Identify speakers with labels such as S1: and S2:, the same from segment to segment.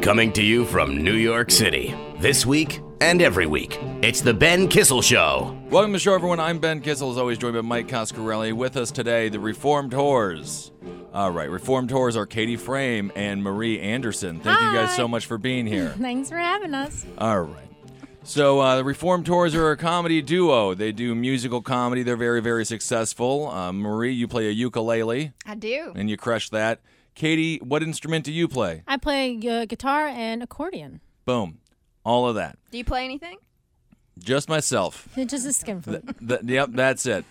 S1: Coming to you from New York City, this week and every week, it's the Ben Kissel Show.
S2: Welcome to the show, everyone. I'm Ben Kissel, as always joined by Mike Coscarelli. With us today, the Reformed Whores. All right, Reformed Whores are Katie Frame and Marie Anderson. Thank you guys
S3: Hi.
S2: so much for being here.
S3: Thanks for having us.
S2: All right. So, uh, the Reformed Tours are a comedy duo. They do musical comedy. They're very, very successful. Uh, Marie, you play a ukulele
S3: I do.
S2: and you crush that. Katie, what instrument do you play?
S3: I play uh, guitar and accordion.
S2: Boom. All of that.
S4: Do you play anything?
S2: Just myself.
S3: It's just a skin flute.
S2: Th- yep, that's it.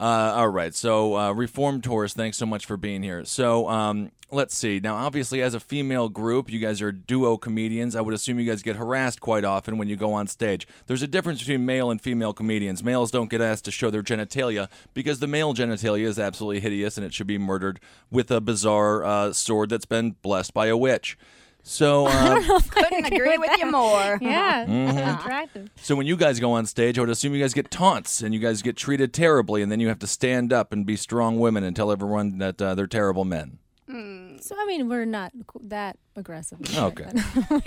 S2: Uh, all right. So, uh, Reformed Taurus, thanks so much for being here. So, um, let's see. Now, obviously, as a female group, you guys are duo comedians. I would assume you guys get harassed quite often when you go on stage. There's a difference between male and female comedians. Males don't get asked to show their genitalia because the male genitalia is absolutely hideous and it should be murdered with a bizarre uh, sword that's been blessed by a witch. So, um,
S4: Couldn't agree with you more.
S3: yeah, that's attractive.
S2: So when you guys go on stage, I would assume you guys get taunts and you guys get treated terribly, and then you have to stand up and be strong women and tell everyone that uh, they're terrible men.
S3: So I mean, we're not qu- that aggressive. with it,
S2: Okay.
S3: but-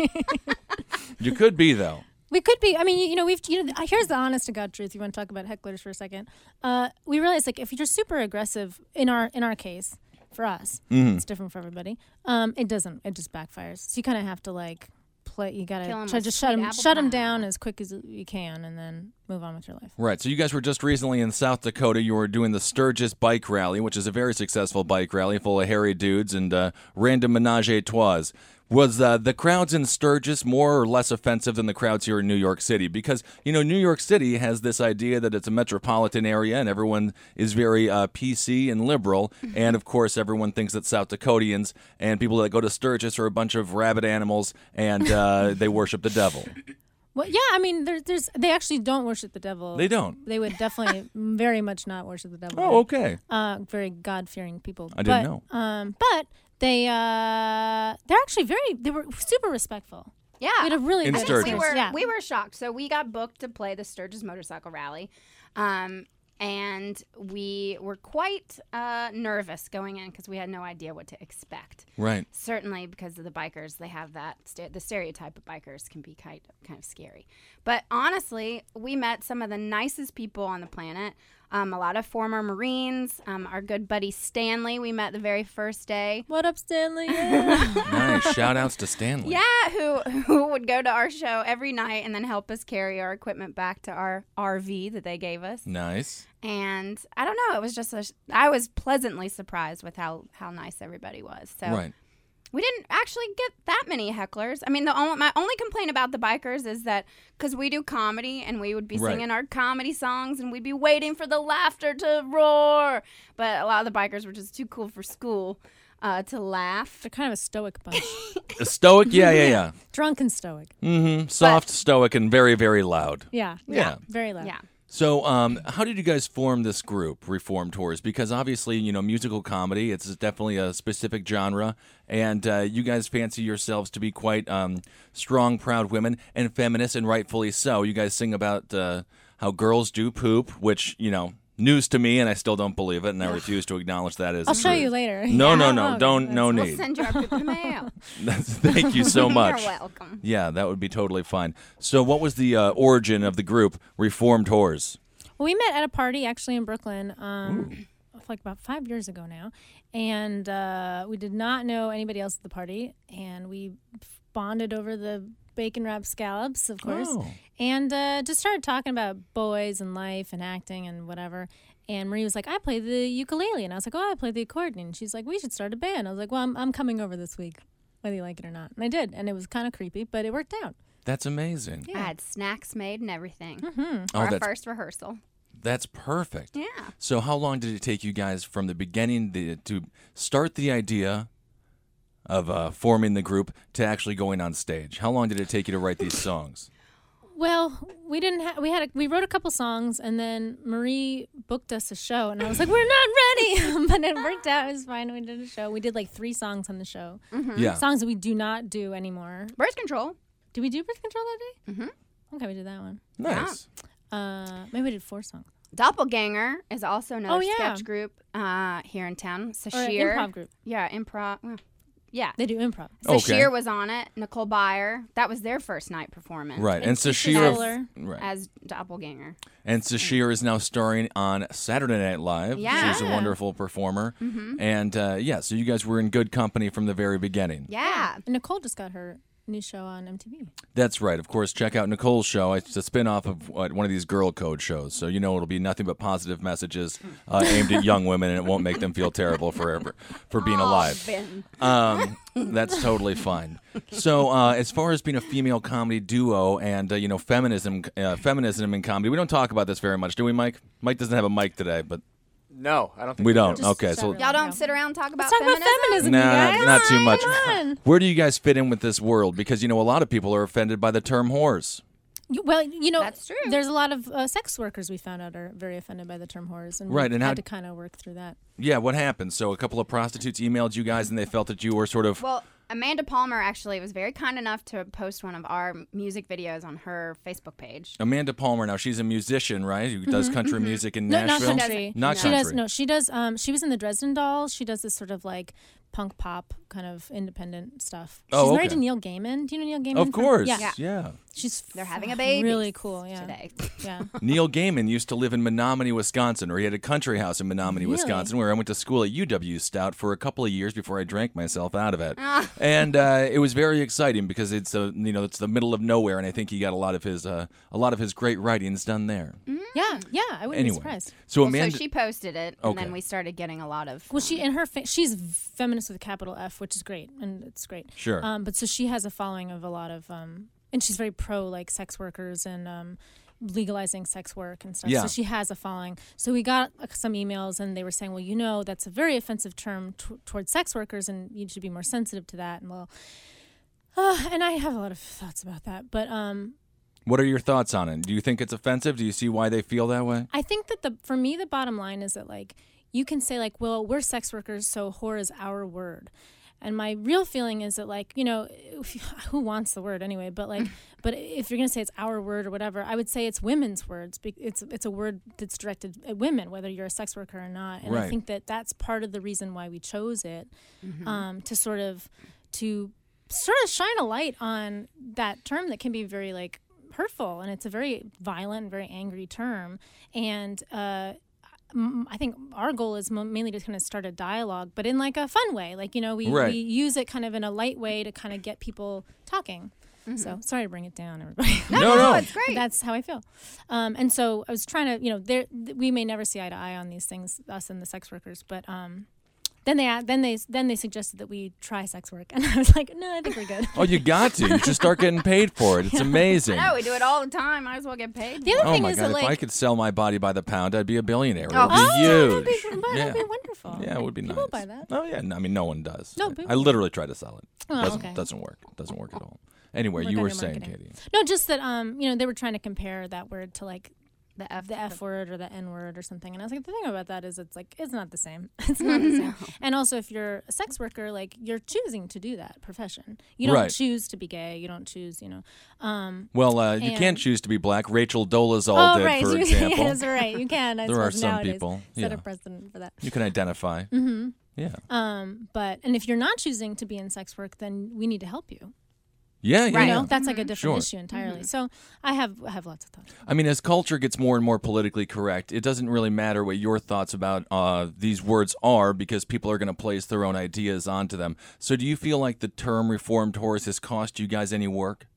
S2: You could be though.
S3: We could be. I mean, you, you know, we've. You know, here's the honest to god truth. You want to talk about hecklers for a second? Uh, we realize like if you're super aggressive in our in our case, for us, it's different for everybody. Um, it doesn't. It just backfires. So you kind of have to like play. You gotta
S4: Kill 'em
S3: try
S4: with
S3: just shut
S4: sweet
S3: them
S4: apple
S3: shut them
S4: pie.
S3: down as quick as you can, and then move on with your life.
S2: Right. So you guys were just recently in South Dakota. You were doing the Sturgis Bike Rally, which is a very successful bike rally full of hairy dudes and uh, random menage a trois. Was uh, the crowds in Sturgis more or less offensive than the crowds here in New York City? Because you know New York City has this idea that it's a metropolitan area and everyone is very uh, PC and liberal, and of course everyone thinks that South Dakotians and people that go to Sturgis are a bunch of rabid animals and uh, they worship the devil.
S3: Well, yeah. I mean, there, there's they actually don't worship the devil.
S2: They don't.
S3: They would definitely very much not worship the devil.
S2: Oh, okay.
S3: uh, very God fearing people.
S2: I didn't
S3: but, Um, but they uh, they're actually very they were super respectful.
S4: Yeah.
S3: We had a really
S2: In
S3: good
S4: Uh, I think we
S2: Sturgis.
S4: were
S3: yeah.
S4: we were shocked. So we got booked to play the Sturgis Motorcycle Rally, um, and we were quite uh, nervous going in because we had no idea what to expect.
S2: Right.
S4: Certainly, because of the bikers, they have that st- the stereotype of bikers can be kind kind of scary. But honestly, we met some of the nicest people on the planet. Um, a lot of former Marines. Um, our good buddy Stanley, we met the very first day.
S3: What up, Stanley? Yeah.
S2: Nice. Shout outs to Stanley.
S4: Yeah, who who would go to our show every night and then help us carry our equipment back to our RV that they gave us.
S2: Nice.
S4: And I don't know, it was just a sh- I was pleasantly surprised with how how nice everybody was. So
S2: Right.
S4: we didn't actually get that many hecklers. I mean, the only my only complaint about the bikers is that because we do comedy and we would be
S2: Right.
S4: singing our comedy songs and we'd be waiting for the laughter to roar, but a lot of the bikers were just too cool for school uh, to laugh.
S3: they're kind of a stoic bunch,
S2: A stoic, yeah, yeah,
S3: drunk and stoic.
S2: yeah. hmm Soft, stoic, and very, very loud.
S3: Yeah.
S2: Yeah.
S3: Very loud.
S4: Yeah.
S2: So, um, how did you guys form this group, Reform Tours? Because obviously, you know, musical comedy, it's definitely a specific genre, and uh, you guys fancy yourselves to be quite um, strong, proud women and feminists, and rightfully so. You guys sing about uh, how girls do poop, which, you know, news to me, and I still don't believe it, and I refuse to acknowledge that as
S3: I'll show
S2: truth.
S3: you later.
S2: No, no,
S3: Oh,
S2: no,
S3: okay,
S2: don't, no
S4: We'll
S2: need.
S4: send you our poop in the mail.
S2: Thank you so much.
S4: You're welcome.
S2: Yeah, that would be totally fine. So, what was the uh, origin of the group Reformed Whores?
S3: Well, we met at a party actually in Brooklyn, um, like about five years ago now, and uh, we did not know anybody else at the party, and we bonded over the bacon wrap scallops, of course,
S2: Oh.
S3: and uh, just started talking about boys and life and acting and whatever. And Marie was like, "I play the ukulele," and I was like, "Oh, I play the accordion." And she's like, "We should start a band." I was like, "Well, I'm, I'm coming over this week, whether you like it or not." And I did, and it was kind of creepy, but it worked out.
S2: That's amazing.
S4: I had snacks made and everything.
S3: Mm-hmm.
S2: Oh,
S4: Our
S2: that's
S4: first rehearsal.
S2: that's perfect.
S4: Yeah.
S2: So, how long did it take you guys from the beginning to, to start the idea of uh, forming the group to actually going on stage? How long did it take you to write these songs?
S3: Well, we didn't. Ha- we had a, we wrote a couple songs, and then Marie booked us a show, and I was like, "We're not ready," but it worked out. It was fine. We did a show. We did like three songs on the show,
S4: Mm-hmm.
S2: Yeah.
S3: songs that we do not do anymore.
S4: Birth control.
S3: Did we do birth control that day? Mm-hmm. Okay, we did that one.
S2: Nice.
S3: Uh, maybe we did four songs.
S4: Doppelganger is also another
S3: Oh, yeah.
S4: sketch group uh, here in town.
S3: Or an
S4: Sashir.
S3: improv group.
S4: Yeah, improv. Well, Yeah.
S3: They do improv.
S2: Okay.
S4: Sashir was on it. Nicole Byer. That was their first night performance.
S2: Right. And Sashir
S3: Fowler.
S2: right.
S4: As doppelganger.
S2: And Sashir is now starring on Saturday Night Live.
S4: Yeah. Mm-hmm.
S2: She's a wonderful performer. And uh, yeah, so you guys were in good company from the very beginning.
S4: Yeah.
S3: And Nicole just got her new show on MTV.
S2: That's right. Of course, check out Nicole's show. It's a spin off of uh, one of these girl code shows. So, you know, it'll be nothing but positive messages uh, aimed at young women, and it won't make them feel terrible forever for being alive.
S4: Ben.
S2: Um, that's totally fine. So, uh, as far as being a female comedy duo and uh, you know feminism, uh, feminism in comedy, we don't talk about this very much, do we, Mike? Mike doesn't have a mic today, but
S5: No, I don't think
S2: we don't.
S3: Just
S2: okay,
S3: shut
S2: so
S3: her
S4: Y'all don't
S3: Yeah.
S4: sit around and talk about
S3: Let's talk
S4: feminism.
S3: about feminism, you
S2: Nah,
S3: guys.
S2: not too much.
S3: Come on.
S2: Where do you guys fit in with this world? Because you know, a lot of people are offended by the term "whores."
S3: You- well, you know,
S4: That's true.
S3: There's a lot of uh, sex workers we found out are very offended by the term whores, and we
S2: Right, and
S3: had
S2: how-
S3: to kind of work through that.
S2: Yeah, what happened? So a couple of prostitutes emailed you guys, and they felt that you were sort of
S4: Well, Amanda Palmer actually was very kind enough to post one of our music videos on her Facebook page.
S2: Amanda Palmer. Now she's a musician, right? Who does country music in
S3: Mm-hmm, No,
S2: Nashville?
S3: not country.
S2: Not
S3: she
S2: country.
S3: does no. She does. Um, she was in the Dresden Dolls. She does this sort of like punk pop kind of independent stuff.
S2: Oh,
S3: She's married
S2: okay.
S3: to Neil Gaiman. Do you know Neil Gaiman?
S2: Of
S3: from-
S2: course.
S3: Yeah.
S2: yeah.
S3: She's
S4: They're having a baby.
S3: baby. Really cool. Yeah.
S4: today.
S3: Yeah.
S2: Neil Gaiman used to live in Menominee, Wisconsin, or he had a country house in Menominee,
S3: Really?
S2: Wisconsin, where I went to school at UW Stout for a couple of years before I drank myself out of it. and uh, it was very exciting because it's a, you know it's the middle of nowhere, and I think he got a lot of his uh, a lot of his great writings done there.
S3: yeah. Yeah. I wouldn't be
S2: Anyway,
S3: surprised.
S2: so
S4: Well,
S2: Amanda,
S4: so she posted it, and
S2: Okay.
S4: then we started getting a lot of.
S3: Well, she and her fa- she's feminist with a capital F, which is great, and it's great.
S2: Sure.
S3: Um, but so she has a following of a lot of, um, and she's very pro like sex workers and um, legalizing sex work and stuff.
S2: Yeah.
S3: So she has a following. So we got uh, some emails, and they were saying, well, you know, that's a very offensive term t- towards sex workers, and you should be more sensitive to that. And well, uh, and I have a lot of thoughts about that, but um,
S2: what are your thoughts on it? Do you think it's offensive? Do you see why they feel that way?
S3: I think that the for me the bottom line is that like you can say like well we're sex workers so whore is our word. And my real feeling is that like you know if you- who wants the word anyway but like but if you're going to say it's our word or whatever I would say it's women's words be- it's it's a word that's directed at women whether you're a sex worker or not and
S2: Right.
S3: I think that that's part of the reason why we chose it um, to sort of to sort of shine a light on that term that can be very like hurtful and it's a very violent very angry term and uh m- I think our goal is mo- mainly to kind of start a dialogue, but in like a fun way. Like you know, we,
S2: Right.
S3: we use it kind of in a light way to kind of get people talking. So sorry to bring it down, everybody.
S2: no, no.
S4: it's great.
S3: That's how I feel. Um, and so I was trying to, you know, there th- we may never see eye to eye on these things, us and the sex workers, but um, then they a- then they then they suggested that we try sex work, and I was like, no, I think we're good.
S2: Oh, you got to. You should start getting paid for it. It's amazing.
S4: no, we do it all the time. Might as well get paid.
S3: The other
S2: Oh
S3: thing
S2: my
S3: is
S2: god!
S3: that
S2: If
S3: like,
S2: I could sell my body by the pound, I'd be a billionaire. It would
S4: Oh.
S2: be
S3: oh, that'd be,
S2: huge.
S3: that'd
S2: Yeah.
S3: be wonderful.
S2: Yeah, it would be
S3: People
S2: nice.
S3: buy that.
S2: Oh yeah, no, I mean no one does.
S3: No,
S2: I-
S3: but-
S2: I literally try to sell it.
S3: Oh,
S2: doesn't
S3: okay.
S2: doesn't work. Doesn't work at all. Anyway,
S3: Work
S2: you
S3: on
S2: were
S3: your
S2: saying,
S3: marketing.
S2: Katie.
S3: No, just that um, you know, they were trying to compare that word to like
S4: The F.
S3: the F word or the N word or something. And I was like, the thing about that is it's like it's not the same. It's not the same. And also if you're a sex worker, like you're choosing to do that profession. You don't
S2: Right.
S3: choose to be gay. You don't choose, you know. Um
S2: Well, uh, you can't
S3: And-
S2: choose to be black. Rachel Dolezal did,
S3: Oh, right,
S2: for
S3: you,
S2: example.
S3: yes, right. You can. I
S2: There are
S3: suppose,
S2: some
S3: nowadays.
S2: people,
S3: Set
S2: yeah.
S3: a precedent for that.
S2: You can identify. Mm-hmm. Yeah.
S3: Um, but and if you're not choosing to be in sex work, then we need to help you.
S2: yeah, yeah,
S4: Right.
S2: yeah. Mm-hmm.
S3: You know, that's like a different
S2: Sure. Mm-hmm.
S3: issue entirely. So I have I have lots of thoughts.
S2: I mean, as culture gets more and more politically correct, it doesn't really matter what your thoughts about uh, these words are because people are going to place their own ideas onto them. So, do you feel like the term "reformed horse" has cost you guys any work?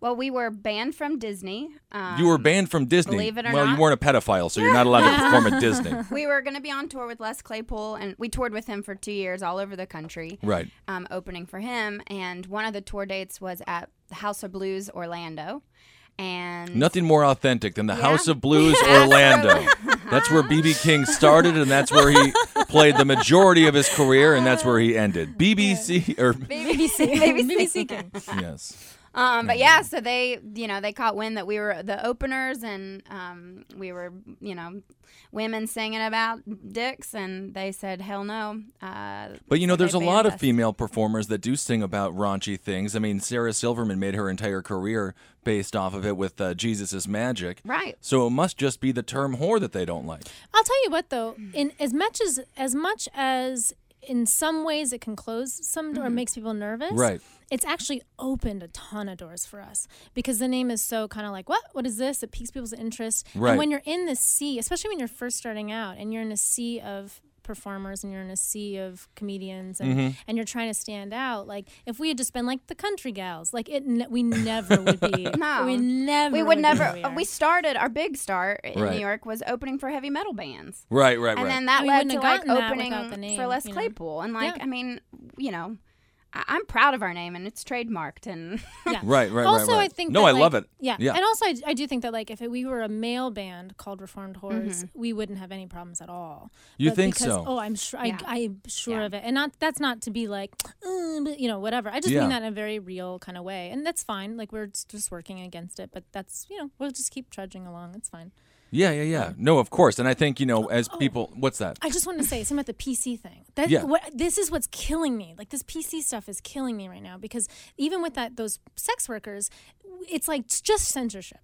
S4: Well, we were banned from Disney. Um,
S2: you were banned from Disney.
S4: believe it or
S2: well,
S4: not.
S2: you weren't a pedophile, so you're not allowed to perform at Disney.
S4: we were going to be on tour with Les Claypool, and we toured with him for two years all over the country.
S2: Right.
S4: um, opening for him, and one of the tour dates was at the House of Blues Orlando, and
S2: Nothing more authentic than the House of Blues, Orlando. That's where BB King started, and that's where he played the majority of his career, and that's where he ended. BBC, or
S4: BBC,
S3: BBC King.
S2: yes,
S4: Um,
S2: Mm-hmm.
S4: but yeah, so they, you know, they caught wind that we were the openers, and um, we were, you know, women singing about dicks, and they said, "Hell no." Uh,
S2: but you know,
S4: so they
S2: there's a
S4: banned
S2: lot of
S4: us.
S2: female performers that do sing about raunchy things. I mean, Sarah Silverman made her entire career based off of it with uh, Jesus is Magic.
S4: Right.
S2: So it must just be the term whore that they don't like.
S4: Hmm.
S3: I'll tell you what though, in as much as as much as in some ways it can close some
S4: Hmm.
S3: door, makes people nervous.
S2: Right.
S3: It's actually opened a ton of doors for us because the name is so kind of like, what? What is this? It piques people's interest.
S2: Right.
S3: And when you're in this sea, especially when you're first starting out and you're in a sea of performers and you're in a sea of comedians and,
S2: Mm-hmm.
S3: and you're trying to stand out, like if we had just been like the country gals, like it, ne- we never would be.
S4: No.
S3: We never
S4: we would
S3: be
S4: never. uh,
S3: where
S4: We,
S3: are.
S4: started our big start in
S2: Right.
S4: New York was opening for heavy metal bands,
S2: Right, right,
S4: and
S2: right.
S4: then that
S3: We
S4: led
S3: wouldn't
S4: to
S3: have
S4: like
S3: gotten that without
S4: opening
S3: the name,
S4: for Les
S3: you know?
S4: Claypool. And like,
S3: Yeah.
S4: I mean, you know, I, I'm proud of our name and it's trademarked. And
S3: Yeah.
S2: Right, right, right,
S3: also,
S2: right.
S3: I think
S2: No,
S3: that,
S2: I
S3: like-
S2: love it.
S3: Yeah.
S2: Yeah.
S3: and also I, I do think that like if we were a male band called Reformed Horrors,
S2: Mm-hmm.
S3: we wouldn't have any problems at all.
S2: You
S3: But
S2: think
S3: because-
S2: so?
S3: Oh, I'm sure.
S4: Yeah.
S3: I, I'm sure
S4: Yeah.
S3: of it, and not that's not to be like, "Mm, but," you know, whatever. I just
S2: Yeah.
S3: mean that in a very real kind of way, and that's fine. Like we're s- just working against it, but that's you know we'll just keep trudging along. It's fine.
S2: yeah, yeah, yeah. No, of course. And I think, you know, as
S3: Oh.
S2: people, what's that?
S3: I just wanted to say something about the PC thing. That
S2: Yeah.
S3: what this is what's killing me. Like this PC stuff is killing me right now because even with that those sex workers, it's like it's just censorship.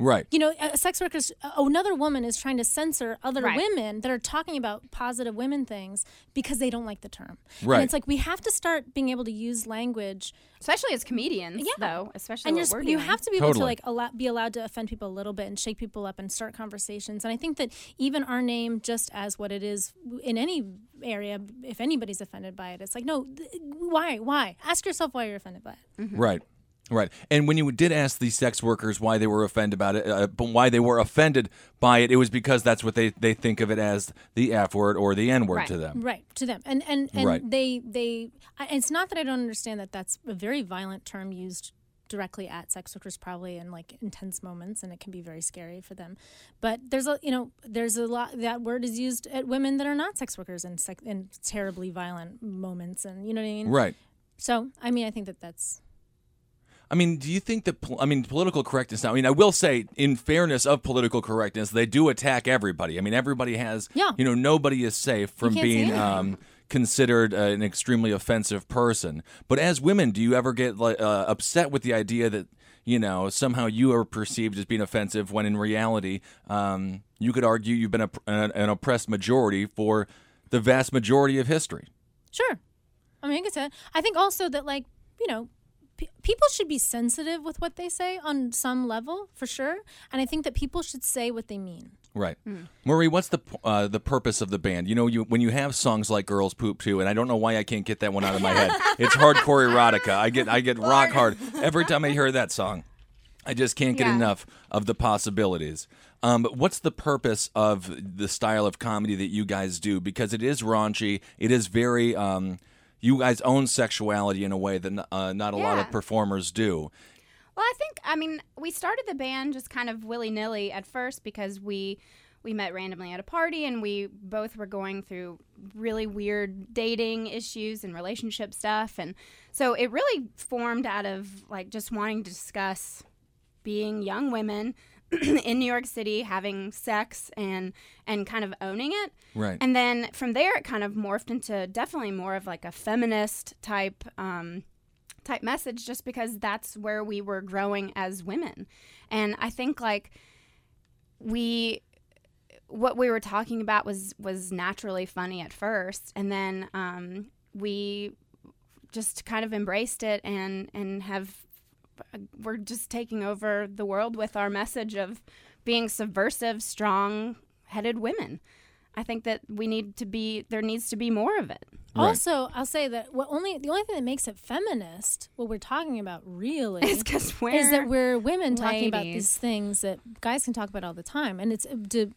S2: Right.
S3: you know, a a sex workers, a- another woman is trying to censor other
S4: Right.
S3: women that are talking about positive women things because they don't like the term.
S2: Right.
S3: And it's like we have to start being able to use language,
S4: especially as comedians,
S3: Yeah.
S4: though, especially
S3: and
S4: what
S3: you're,
S4: we're
S3: sp- you
S4: doing.
S3: have to be able
S2: Totally.
S3: to like allow, be allowed to offend people a little bit and shake people up and start conversations. And I think that even our name, just as what it is w- in any area, if anybody's offended by it, it's like no, th- why, why? Ask yourself why you're offended by it.
S2: Right. Right. And when you did ask the sex workers why they were offended about it, uh, but why they were offended by it, it was because that's what they, they think of it as the F word or the N word
S4: Right.
S2: to them.
S3: right Mm-hmm. to them and and and
S2: Right.
S3: they they I, it's not that i don't understand that that's a very violent term used directly at sex workers probably in like intense moments and it can be very scary for them but there's a you know there's a lot that word is used at women that are not sex workers in sex in terribly violent moments and you know what i mean
S2: Right.
S3: so i mean i think that that's
S2: I mean, do you think that, pol- I mean, political correctness, I mean, I will say, in fairness of political correctness, they do attack everybody. I mean, everybody has,
S3: Yeah.
S2: you know, nobody is safe from
S3: can't say
S2: being
S3: anything.
S2: um, considered uh, an extremely offensive person. But as women, do you ever get like, uh, upset with the idea that, you know, somehow you are perceived as being offensive when in reality, um, you could argue you've been a, an, an oppressed majority for the vast majority of history?
S3: sure i mean i guess that i think also that like you know pe- People should be sensitive with what they say on some level, for sure. And I think that people should say what they mean.
S2: Right,
S4: Hmm.
S2: Marie. What's the p- uh, the purpose of the band? You know, you when you have songs like "Girls Poop Too," and I don't know why I can't get that one out of my head. It's hardcore erotica. I get I get rock hard every time I hear that song. I just can't get
S4: Yeah.
S2: enough of the possibilities. Um, but what's the purpose of the style of comedy that you guys do? Because it is raunchy. It is very. Um, you guys own sexuality in a way that n- uh, not a lot of
S4: Yeah.
S2: performers do.
S4: Well, I think I mean we started the band just kind of willy nilly at first because we we met randomly at a party and we both were going through really weird dating issues and relationship stuff and so it really formed out of like just wanting to discuss being young women in New York City having sex and and kind of owning it.
S2: Right.
S4: And then from there it kind of morphed into definitely more of like a feminist type um type message just because that's where we were growing as women. And I think like we what we were talking about was was naturally funny at first and then um we just kind of embraced it and and have we're just taking over the world with our message of being subversive, strong headed women. I think that we need to be there needs to be more of it.
S2: Right.
S3: Also, I'll say that what only the only thing that makes it feminist, what we're talking about really, is
S4: It's because we're
S3: that we're women talking about
S4: ladies.
S3: these things that guys can talk about all the time, and it's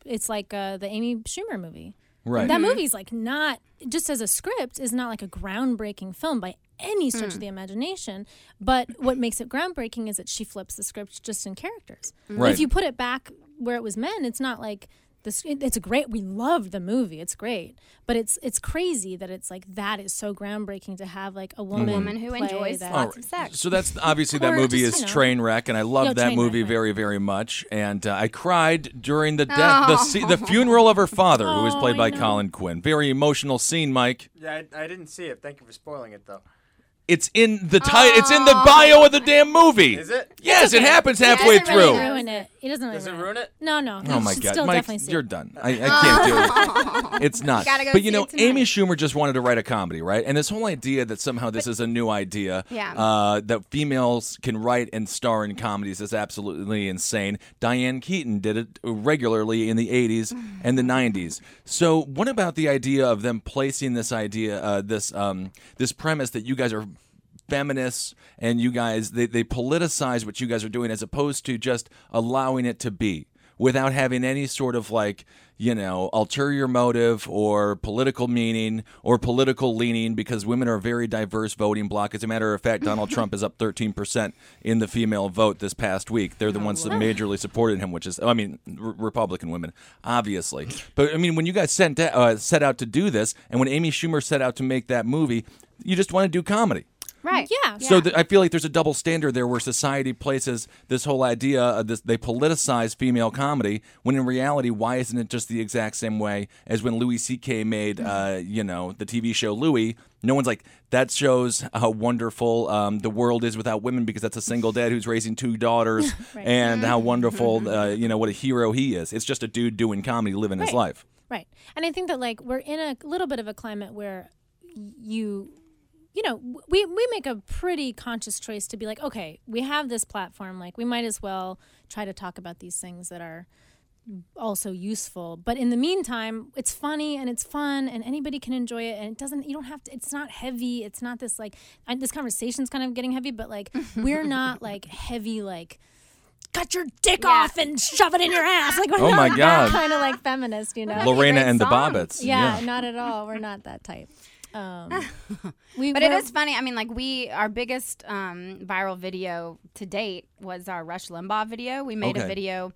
S3: it's like uh, the Amy Schumer movie.
S2: Right.
S4: Mm-hmm.
S3: That movie's like not just as a script is not like a groundbreaking film by any stretch
S4: Mm.
S3: of the imagination. But what makes it groundbreaking is that she flips the script just in characters.
S4: Mm-hmm.
S2: Right.
S3: If you put it back where it was men, it's not like this. It, it's a great. We love the movie. It's great, but it's it's crazy that it's like that is so groundbreaking to have like
S2: Mm.
S3: a woman,
S4: woman who
S3: play
S4: enjoys
S3: that.
S4: lots
S2: All
S4: of
S2: right.
S4: sex.
S2: So that's obviously that
S3: Or
S2: movie
S3: just,
S2: is
S3: you know.
S2: train wreck, and I love
S3: Yeah,
S2: that
S3: Trainwreck,
S2: movie
S3: right.
S2: very, very much. And uh, I cried during the death, the se- the funeral of her father, who was
S3: Oh,
S2: played by
S3: I know.
S2: Colin Quinn. Very emotional scene, Mike.
S5: Yeah, I, I didn't see it. Thank you for spoiling it, though.
S2: It's in the ti- It's in the bio of the damn movie.
S5: Is it?
S2: Yes, it happens
S4: doesn't
S2: halfway
S4: really
S2: through.
S4: matter.
S3: ruin it. He doesn't really
S5: Does it
S3: ruin
S5: ruin it?
S3: No, no.
S2: Oh
S3: you
S2: my
S3: should
S2: god,
S3: still
S2: Mike,
S3: definitely see
S2: you're
S3: it.
S2: done. I, I can't do it. It's not.
S4: Gotta go
S2: but you
S4: see
S2: know,
S4: it tonight.
S2: Amy Schumer just wanted to write a comedy, right? And this whole idea that somehow this is a new idea,
S4: Yeah.
S2: uh, that females can write and star in comedies is absolutely insane. Diane Keaton did it regularly in the '80s and the '90s. So, what about the idea of them placing this idea, uh, this um, this premise that you guys are feminists and you guys they, they politicize what you guys are doing as opposed to just allowing it to be without having any sort of like you know ulterior motive or political meaning or political leaning because women are a very diverse voting bloc as a matter of fact donald trump is up 13% in the female vote this past week they're the ones that majorly supported him which is i mean r- republican women obviously but i mean when you guys sent out, uh, set out to do this and when amy schumer set out to make that movie you just want to do comedy
S4: Right.
S3: Yeah.
S2: so th- I feel like there's a double standard there where society places this whole idea of this they politicize female comedy when in reality why isn't it just the exact same way as when Louis C.K. made
S4: Mm-hmm.
S2: uh, you know the TV show Louis no one's like that shows how wonderful um, the world is without women because that's a single dad who's raising two daughters and how wonderful
S4: Mm-hmm.
S2: uh, you know what a hero he is it's just a dude doing comedy living his
S3: Right.
S2: life
S3: Right. And I think that like we're in a little bit of a climate where you you know, w- we we make a pretty conscious choice to be like, okay, we have this platform, like we might as well try to talk about these things that are also useful. But in the meantime, it's funny and it's fun and anybody can enjoy it and it doesn't you don't have to it's not heavy. It's not this like I, this conversation's kind of getting heavy, but like we're not like heavy like cut your dick off and shove it in your ass. Like we're
S2: Oh
S3: not
S2: my God.
S3: kind of like feminist, you know.
S2: Lorena
S4: great
S2: and the
S4: song.
S2: Bobbits
S3: Yeah, not at all. We're not that type. Um, we,
S4: But it
S3: we're-
S4: is funny. I mean, like we, our biggest um, viral video to date was our Rush Limbaugh video. We made
S2: Okay.
S4: a video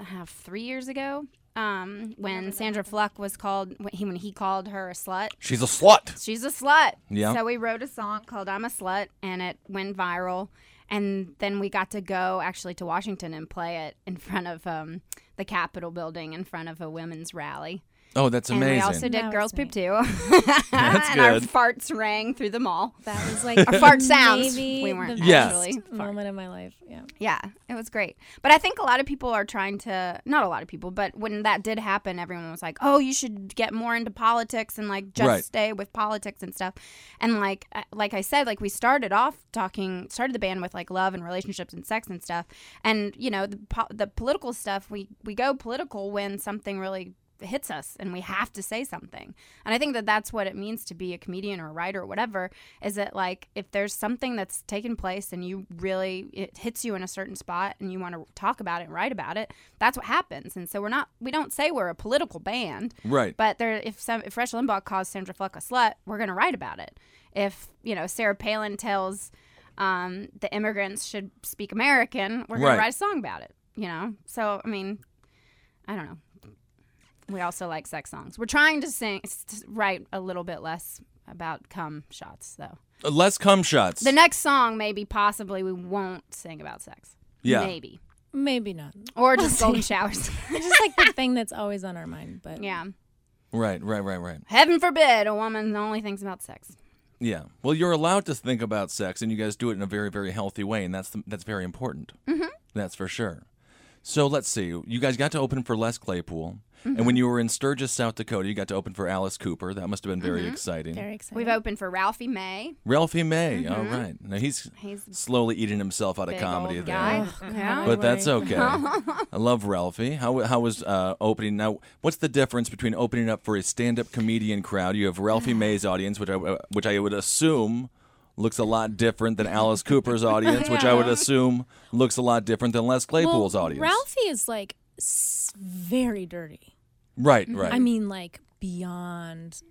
S4: uh, three years ago um, when Sandra Fluck was called when he, when he called her a slut.
S2: she's a slut
S4: She's a slut.
S2: Yeah.
S4: So we wrote a song called "I'm a Slut" and it went viral. And then we got to go actually to Washington and play it in front of um, the Capitol building in front of a women's rally.
S2: oh that's amazing
S4: And we also did
S3: That was
S4: Girls
S3: neat.
S4: Poop Too. That's and our
S2: good.
S4: farts rang through the mall.
S3: That was like
S4: Our fart sounds.
S3: Maybe
S4: We weren't
S3: the
S2: Yes.
S3: best
S4: actually.
S3: moment of my life. Yeah.
S4: Yeah, it was great. But I think a lot of people are trying to, not a lot of people, but when that did happen, everyone was like, oh, you should get more into politics and like just
S2: Right.
S4: stay with politics and stuff. And like, uh, like I said, like we started off talking, started the band with like love and relationships and sex and stuff. And, you know, the, po- the political stuff, we, we go political when something really hits us and we have to say something. And I think that that's what it means to be a comedian or a writer or whatever is that like if there's something that's taken place and you really it hits you in a certain spot and you want to talk about it and write about it, that's what happens. And so we're not we don't say we're a political band.
S2: right
S4: But there if some if Rush Limbaugh calls Sandra Fluck a slut, we're going to write about it. If, you know, Sarah Palin tells um, the immigrants should speak American, we're going
S2: Right.
S4: to write a song about it, you know. So, I mean, I don't know. We also like sex songs. We're trying to sing, s- s- write a little bit less about cum shots, though.
S2: less cum shots
S4: The next song, maybe, possibly, we won't sing about sex.
S2: Yeah.
S4: Maybe.
S3: Maybe not.
S4: Or just golden showers.
S3: It's just like the thing that's always on our mind. But
S4: yeah.
S2: right right right right
S4: Heaven forbid a woman only thinks about sex.
S2: Yeah. Well, you're allowed to think about sex, and you guys do it in a very, very healthy way, and that's the, that's very important. Mm-hmm. That's for sure. So let's see. You guys got to open for Les Claypool,
S4: Mm-hmm.
S2: and when you were in Sturgis, South Dakota, you got to open for Alice Cooper. That must have been
S4: Mm-hmm.
S2: very exciting.
S3: very excited.
S4: We've opened for Ralphie May.
S2: Ralphie May. all right. Now he's
S4: Mm-hmm. He's
S2: slowly eating himself out of
S4: big
S2: comedy
S4: old
S2: there.
S4: guy.
S3: Oh, God,
S4: Yeah.
S3: I
S2: But that's
S3: worry.
S2: okay. I love Ralphie. How how was uh, opening? Now, what's the difference between opening up for a stand-up comedian crowd? You have Ralphie May's audience, which I uh, which I would assume looks a lot different than Alice Cooper's audience, which I would assume looks a lot different than Les Claypool's
S3: well,
S2: audience.
S3: Ralphie is like s- very dirty.
S2: right, right.
S3: I mean, like beyond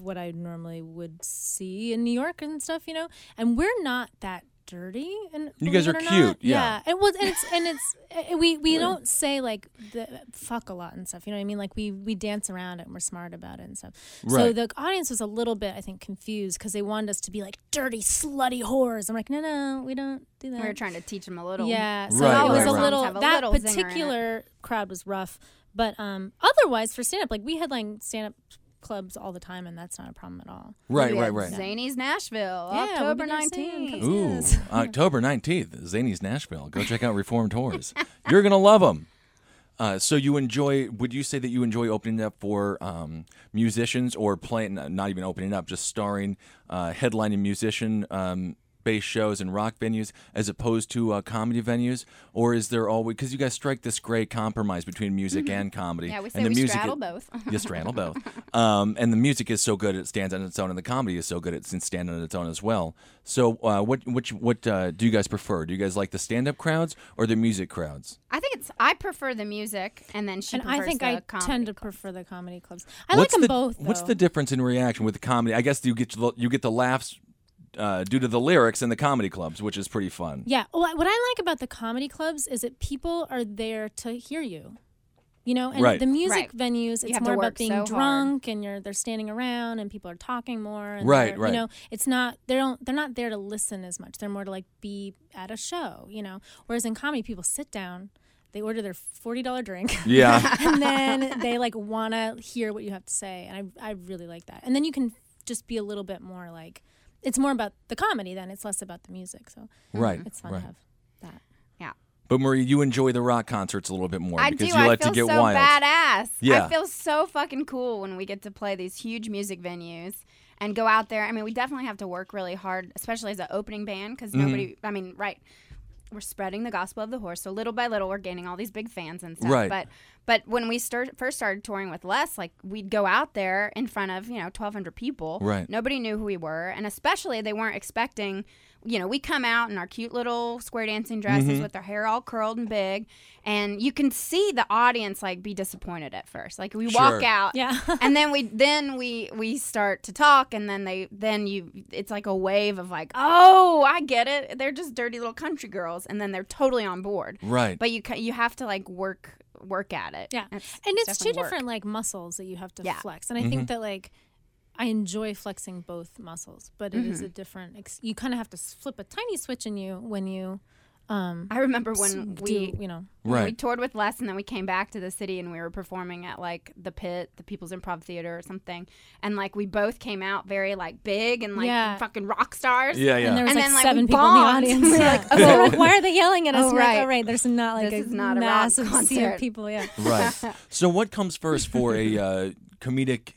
S3: what I normally would see in New York and stuff, you know. And we're not that dirty. And
S2: You guys
S3: believe
S2: are
S3: it or
S2: cute,
S3: not.
S2: yeah.
S3: And well, and it's and it's eh, we we don't say like the fuck a lot and stuff. You know what I mean? Like we we dance around it and we're smart about it and stuff. So
S2: Right.
S3: the audience was a little bit, I think, confused because they wanted us to be like dirty, slutty whores. I'm like, no, no, we don't do that.
S4: We were trying to teach him a little.
S3: Yeah, so
S2: Right,
S3: it was
S2: right,
S3: a
S2: right.
S3: little
S4: Have a
S3: that
S4: little zinger in it.
S3: particular crowd was rough, but um, otherwise for stand up, like we headlined stand up clubs all the time, and that's not a problem at all.
S2: Right,
S4: We'll be
S2: right,
S4: at
S2: right.
S4: Zanies Nashville,
S3: Yeah, we'll
S4: October
S3: be there soon.
S4: 19th.
S3: Come
S2: Ooh,
S3: Yes.
S2: October 19th, Zanies Nashville. Go check out Reformed Tours. You're going to love them. Uh, so you enjoy, would you say that you enjoy opening up for um, musicians or playing, not even opening up, just starring, uh, headlining musician um, based shows in rock venues as opposed to uh, comedy venues? Or is there always, because you guys strike this great compromise between music and comedy.
S4: Mm-hmm. Yeah, we say
S2: and the
S4: we
S2: music
S4: straddle both.
S2: you straddle both. Um, and the music is so good it stands on its own, and the comedy is so good it stands on its own as well. So, uh, what which what uh, do you guys prefer? Do you guys like the stand up crowds or the music crowds?
S4: I think it's I prefer the music, and then she
S3: And
S4: prefers
S3: I think
S4: the
S3: I
S4: comedy.
S3: tend to prefer the comedy clubs. I
S2: what's
S3: like them
S2: the,
S3: both. Though.
S2: What's the difference in reaction with the comedy? I guess you get the, you get the laughs uh, due to the lyrics in the comedy clubs, which is pretty fun.
S3: Yeah. Well, what I like about the comedy clubs is that people are there to hear you. You know, and
S2: Right.
S3: the music
S4: Right.
S3: venues, it's
S4: have to
S3: more about
S4: work
S3: being
S4: so hard.
S3: drunk and you're they're standing around and people are talking more. And
S2: Right,
S3: they're-
S2: right.
S3: You know, it's not they don't they're not there to listen as much. They're more to like be at a show. You know, whereas in comedy, people sit down, they order their forty dollar drink.
S2: Yeah.
S3: and then they like want to hear what you have to say and I, I really like that and then you can just be a little bit more like it's more about the comedy then it's less about the music so
S2: Right,
S3: it's fun
S2: right.
S3: to have that
S4: Yeah.
S2: but Marie, you enjoy the rock concerts a little bit more
S4: I do.
S2: because you
S4: I
S2: like
S4: feel
S2: to get
S4: so
S2: wild.
S4: badass.
S2: Yeah.
S4: I feel so fucking cool when we get to play these huge music venues and go out there. I mean, we definitely have to work really hard, especially as an opening band, because
S2: Mm-hmm.
S4: nobody. I mean, right? We're spreading the gospel of the horse, so little by little, we're gaining all these big fans and stuff.
S2: Right.
S4: But but when we start, first started touring with Les, like we'd go out there in front of you know 1,200 people.
S2: Right.
S4: Nobody knew who we were, and especially they weren't expecting. You know, we come out in our cute little square dancing dresses
S2: Mm-hmm.
S4: with our hair all curled and big, and you can see the audience like be disappointed at first. Like we walk
S2: Sure.
S4: out,
S3: Yeah.
S4: and then we then we we start to talk, and then they then you it's like a wave of like, oh, I get it. They're just dirty little country girls, and then they're totally on board.
S2: Right.
S4: But you ca- you have to like work work at it.
S3: yeah
S4: It's
S3: and it's two
S4: definitely work.
S3: different like muscles that you have to
S4: Yeah.
S3: flex
S2: Mm-hmm.
S3: and i think that like i enjoy flexing both muscles but it is
S4: Mm-hmm.
S3: a different ex- you kind of have to s- flip a tiny switch in you when you
S4: I remember when
S3: do
S4: we
S3: you know
S4: We
S2: Mm-hmm. Right.
S4: toured with Les, and then we came back to the city, and we were performing at like the Pit, the People's Improv Theater, or something. And like we both came out very like big and like
S3: Yeah.
S4: fucking rock stars.
S2: Yeah, yeah.
S3: and there was like
S4: And then, like, we
S3: seven people in the
S4: bombed.
S3: audience
S4: We were
S3: yeah.
S4: like,
S3: And they're like, why are they yelling at us
S4: Oh,
S3: We're like,
S4: right.
S3: oh right there's not like
S4: This
S3: a
S4: is not a rock
S3: massive sea of
S4: concert.
S3: people yeah
S2: Right. so, what comes first for a uh, comedic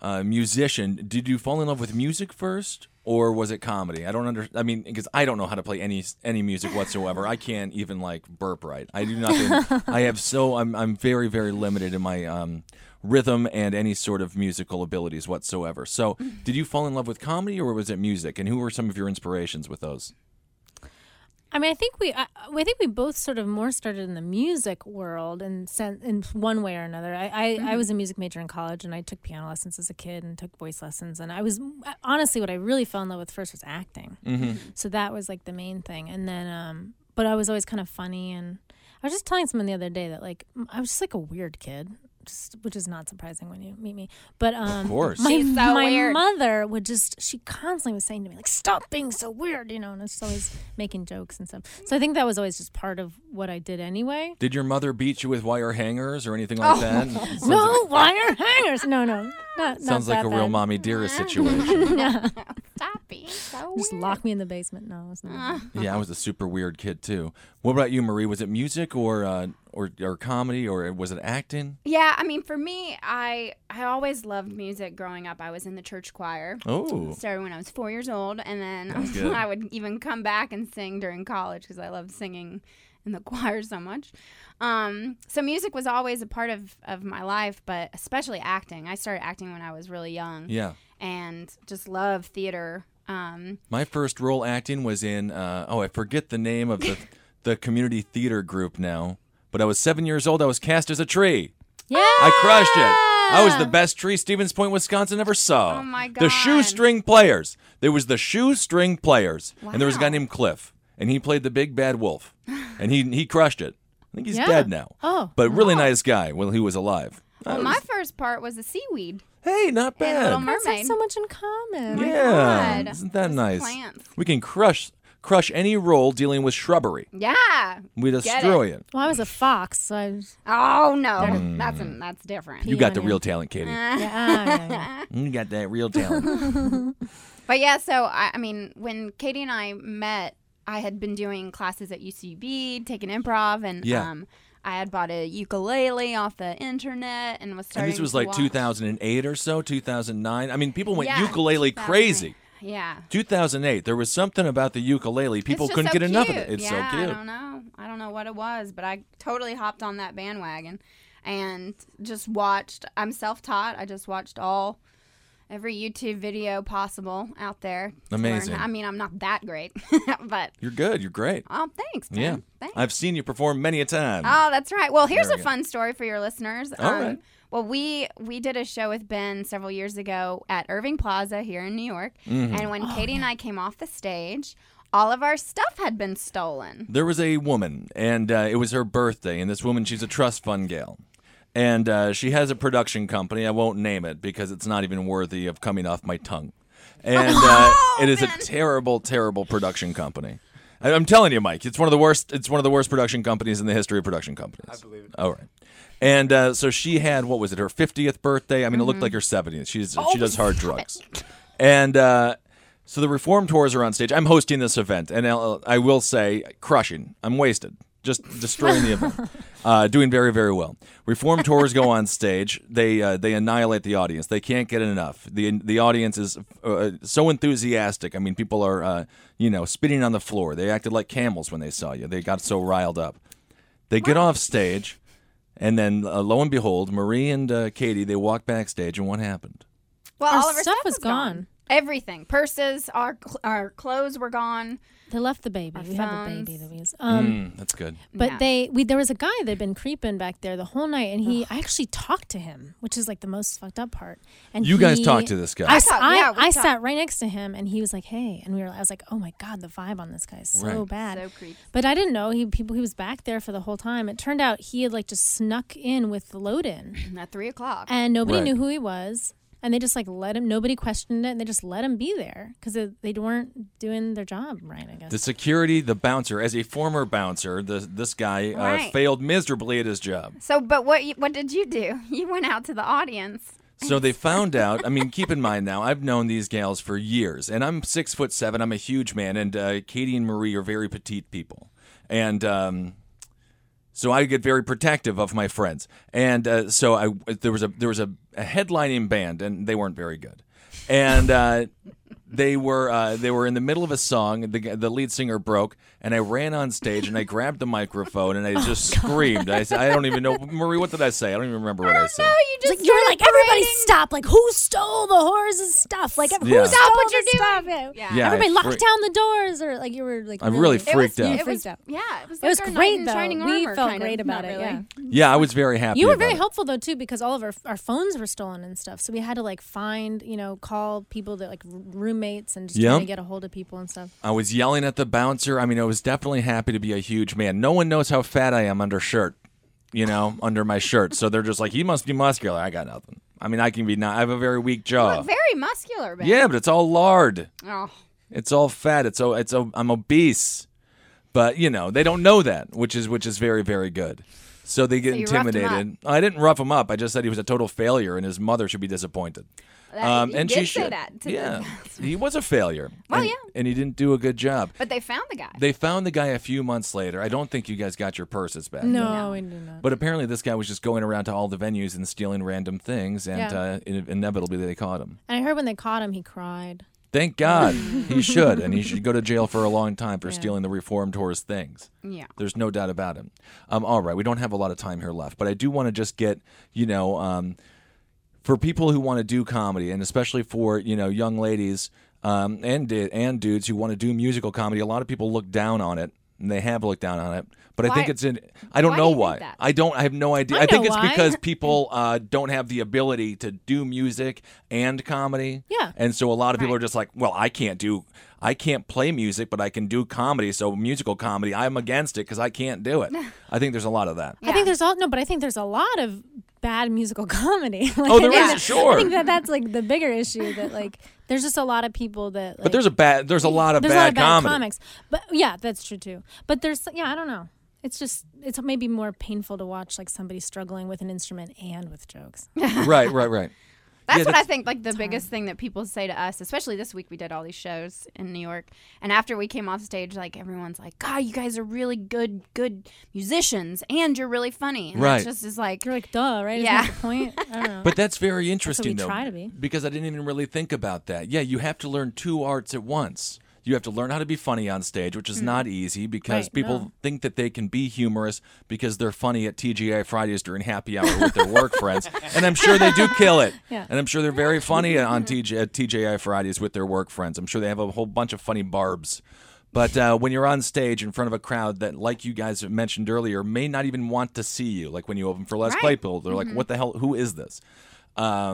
S2: uh, musician? Did you fall in love with music first, or was it comedy? I don't under. I mean, because I don't know how to play any any music whatsoever. I can't even like burp right. I do nothing. I have so I'm I'm very very limited in my um, rhythm and any sort of musical abilities whatsoever. So, did you fall in love with comedy, or was it music? And who were some of your inspirations with those?
S3: I mean, I think we, I, I think we both sort of more started in the music world and sent in one way or another. I, I, I was a music major in college, and I took piano lessons as a kid and took voice lessons. And I was honestly, what I really fell in love with first was acting. So that was like the main thing. And then, um, but I was always kind of funny, and I was just telling someone the other day that like m- I was just like a weird kid. Just, which is not surprising when you meet me, but um, of
S2: course.
S3: my,
S4: She's so
S3: my
S4: weird.
S3: mother would just she constantly was saying to me like stop being so weird you know and it's always making jokes and stuff so i think that was always just part of what i did anyway
S2: Did your mother beat you with wire hangers or anything like that? Sounds-
S3: Oh, no wire hangers no no not, not
S2: Sounds like
S3: that
S2: a real
S3: bad. Mm-hmm.
S2: mommy dearest situation.
S4: Stop being so
S3: just
S4: weird.
S3: lock me in the basement no it's not
S2: Yeah, I was a super weird kid too. What about you, Marie? Was it music or uh, or or comedy or was it acting?
S4: Yeah, I mean, for me, I I always loved music growing up. I was in the church choir.
S2: Oh,
S4: Started when I was four years old, and
S2: good.
S4: then I would even come back and sing during college because I loved singing in the choir so much. Um, so music was always a part of, of my life, but especially acting. I started acting when I was really young,
S2: yeah.
S4: and just loved theater. Um,
S2: My first role acting was in uh, oh I forget the name of the the community theater group now, but I was seven years old. I was cast as a tree.
S3: yeah
S2: I crushed it. I was the best tree Stevens Point, Wisconsin ever saw.
S4: Oh, my
S2: The
S4: God.
S2: shoestring players. There was the shoestring players, and there was a guy
S4: Wow.
S2: named Cliff, and he played the big bad wolf, and he he crushed it. I think he's
S3: Yeah.
S2: dead now.
S3: Oh.
S2: but really nice guy when he was alive. I
S4: well,
S2: was-
S4: my oh first part was a seaweed.
S2: hey, not
S4: in Little
S2: bad.
S3: That's
S4: Mermaid.
S3: so much in common
S2: yeah,
S4: God.
S2: isn't that
S4: Those
S2: nice?
S4: plants.
S2: We can crush crush any roll dealing with shrubbery.
S4: Yeah.
S2: We
S4: it.
S2: destroy it.
S3: Well, I was a fox, so I was,
S4: Oh no,
S2: Mm.
S4: that's that's different.
S2: You
S3: Pee
S2: got
S3: on
S2: the
S3: you.
S2: real talent, Katie.
S4: Uh-huh.
S3: yeah, yeah, yeah.
S2: You got that real talent.
S4: But yeah, so I, I mean, when Katie and I met, I had been doing classes at UCB, taking improv, and
S2: Yeah.
S4: um, I had bought a ukulele off the internet and was starting.
S2: and this was
S4: to
S2: like
S4: watch-
S2: 2008 or so, 2009. I mean, people went
S4: Yeah,
S2: ukulele crazy.
S4: Yeah.
S2: 2008, there was something about the ukulele. People
S4: It's just
S2: couldn't
S4: so
S2: get enough of
S4: cute.
S2: it. It's
S4: yeah,
S2: so cute.
S4: I don't know. I don't know what it was, but I totally hopped on that bandwagon and just watched. I'm self-taught. I just watched all every YouTube video possible out there. to learn
S2: Amazing.
S4: how- I mean, I'm not that great, but
S2: You're good. You're great.
S4: oh, thanks. Tim.
S2: Yeah.
S4: Thanks.
S2: I've seen you perform many a time.
S4: Oh, that's right. Well, here's
S2: There
S4: a
S2: we go.
S4: fun story for your listeners. Um,
S2: All right.
S4: Well, we we did a show with Ben several years ago at Irving Plaza here in New York,
S2: Mm-hmm.
S4: and when
S3: Oh,
S4: Katie and I came off the stage, all of our stuff had been stolen.
S2: there was a woman, and uh, it was her birthday, and this woman, she's a trust fund gal. And uh, she has a production company. I won't name it because it's not even worthy of coming off my tongue. And uh, it is a terrible, terrible production company. I- I'm telling you, Mike, it's one of the worst. It's one of the worst production companies in the history of production companies. I believe it. All right, and uh, so she had what was it? Her 50th birthday. I mean, it looked like her 70th. She's she does hard drugs. And uh, so the Reform Tours are on stage. I'm hosting this event, and I'll, I will say, crushing. I'm wasted, just destroying the event. Uh, doing very, very well. Reform Tours go on stage. They uh, they annihilate the audience. They can't get enough. the The audience is uh, so enthusiastic. I mean, people are uh, you know spitting on the floor. They acted like camels when they saw you. They got so riled up. They get off stage, and then uh, lo and behold, Marie and uh, Katie they walk backstage, and what happened?
S4: Well,
S3: Our
S4: all of our
S3: stuff
S4: stuff,
S3: was gone.
S4: Everything, purses, our cl- our clothes were gone.
S3: They left the baby. we have a
S4: phones.
S3: baby that we use. Um,
S2: Mm, that's good.
S3: But
S4: Yeah.
S3: they, we there was a guy that had been creeping back there the whole night, and he I actually talked to him, which is like the most fucked up part. And
S2: You guys
S3: he-
S2: talked to this guy.
S3: I,
S2: I
S3: s-
S4: talked-
S3: I,
S4: yeah, we
S3: I
S4: talked.
S3: sat right next to him, and he was like, "Hey," and we were. I was like, "Oh my god, the vibe on this guy is so
S2: Right.
S3: bad."
S4: So creepy.
S3: But I didn't know he people he was back there for the whole time. It turned out he had like just snuck in with the load in,
S4: At three o'clock,
S3: and nobody
S2: Right.
S3: knew who he was. And they just like let him. Nobody questioned it, and they just let him be there because they weren't doing their job right. I guess.
S2: The security, the bouncer, as a former bouncer, the, this guy uh,
S4: Right.
S2: failed miserably at his job.
S4: so but what you, what did you do? You went out to the audience.
S2: So they found out. I mean, keep in mind now, I've known these gals for years, and I'm six foot seven. I'm a huge man, and uh, Katie and Marie are very petite people, and um, so I get very protective of my friends. And uh, so I there was a there was a, a headlining band, and they weren't very good, and. Uh, they were uh, they were in the middle of a song. The, g- the lead singer broke, and I ran on stage and I grabbed the microphone and I just screamed. I, said- I don't even know Marie. What did I say? I don't even remember what I, said.
S4: Oh, you
S3: It's
S4: just
S3: like you were like everybody
S4: parading-
S3: stop like who stole the horse's stuff like who
S2: Yeah.
S3: stole
S4: Stop what
S3: the
S4: you're
S3: stuff?
S4: doing. Yeah.
S2: Yeah, I
S3: everybody locked
S2: freaked-
S3: down the doors or like you were like
S2: I really
S4: It
S2: freaked out.
S4: was, It
S3: You
S4: was,
S3: freaked out.
S4: Yeah, it was.
S3: It was
S4: like our
S3: great
S4: knight in
S3: though.
S4: Shining
S3: we
S4: armor,
S3: felt
S4: kind of.
S3: great about
S4: Not
S3: it.
S4: really.
S3: Yeah.
S2: Yeah, I was very happy.
S3: You were
S2: about
S3: very
S2: it.
S3: helpful though too because all of our our phones were stolen and stuff. So we had to like find, you know, call people that like r- roommates and just
S2: Yeah.
S3: trying to get a hold of people and stuff.
S2: I was yelling at the bouncer. I mean, I was definitely happy to be a huge man. No one knows how fat I am under shirt, you know, under my shirt. So they're just like, he must be muscular. I got nothing. I mean, I can be not. I have a very weak
S4: Look,
S2: jaw.
S4: very muscular, babe.
S2: Yeah, but it's all lard.
S4: Oh,
S2: It's all fat. It's o- it's o- I'm obese. But, you know, they don't know that, which is which is very very good. So they get
S4: So you roughed him
S2: intimidated. I didn't rough him up. I just said he was a total failure and his mother should be disappointed. Um,
S4: that, you
S2: and
S4: did
S2: she
S4: say
S2: should.
S4: that. To the-
S2: yeah. he was a failure.
S4: Well,
S2: and,
S4: yeah.
S2: And he didn't do a good job.
S4: but they found the guy.
S2: They found the guy a few months later. I don't think you guys got your purses back.
S3: No, we did not.
S2: But apparently, this guy was just going around to all the venues and stealing random things, and
S3: Yeah.
S2: uh, in- inevitably they caught him.
S3: And I heard when they caught him, he cried.
S2: Thank God he should, and he should go to jail for a long time for stealing the Reform Tour's things.
S4: yeah.
S2: There's no doubt about it. Um, all right, we don't have a lot of time here left, but I do want to just get, you know, um, for people who want to do comedy, and especially for you know young ladies um, and di- and dudes who want to do musical comedy, a lot of people look down on it, and they have looked down on it. But I think
S4: Why-
S2: it's in. I don't
S4: why
S2: know
S4: do you think
S2: why.
S4: that?
S2: I don't. I have no idea.
S3: I
S2: I, think
S3: know
S2: it's
S3: why.
S2: because people uh, don't have the ability to do music and comedy.
S3: Yeah.
S2: And so a lot of people are just like, well, I can't do, I can't play music, but I can do comedy. So musical comedy, I'm against it because I can't do it. I think there's a lot of that.
S3: I think there's all no, but I think there's a lot of bad musical comedy. Like,
S2: Oh, there
S3: I think
S2: is,
S3: that-
S2: sure.
S3: I think that that's like the bigger issue that like there's just a lot of people that. Like,
S2: But there's a bad. There's a lot of
S3: there's
S2: bad
S3: a lot of bad
S2: comedy.
S3: comics. But yeah, that's true too. But there's yeah, I don't know. It's just it's maybe more painful to watch like somebody struggling with an instrument and with jokes.
S2: right, right, right. Yeah,
S4: That's what I
S2: that's-
S4: think. Like the biggest thing that people say to us, especially this week, we did all these shows in New York, and after we came off stage, like everyone's like, "God, you guys are really good, good musicians, and you're really funny." And
S2: Right.
S4: That just is like,
S3: You're like, duh, right? Isn't
S4: Yeah.
S3: that the point? I don't know.
S2: But that's very interesting,
S3: we
S2: though,
S3: try to be.
S2: because I didn't even really think about that. Yeah, you have to learn two arts at once. You have to learn how to be funny on stage, which is not easy because
S3: Hmm. Right,
S2: people
S3: no.
S2: think that they can be humorous because they're funny at TGI Fridays during happy hour with their work friends, and I'm sure they do kill it.
S3: Yeah.
S2: And I'm sure they're very funny on TG, at TGI Fridays with their work friends. I'm sure they have a whole bunch of funny barbs. But uh, when you're on stage in front of a crowd that, like you guys mentioned earlier, may not even want to see you, like when you open for Les
S4: Right.
S2: Claypool, they're
S3: Mm-hmm.
S2: like, "What the hell? Who is this?" Um,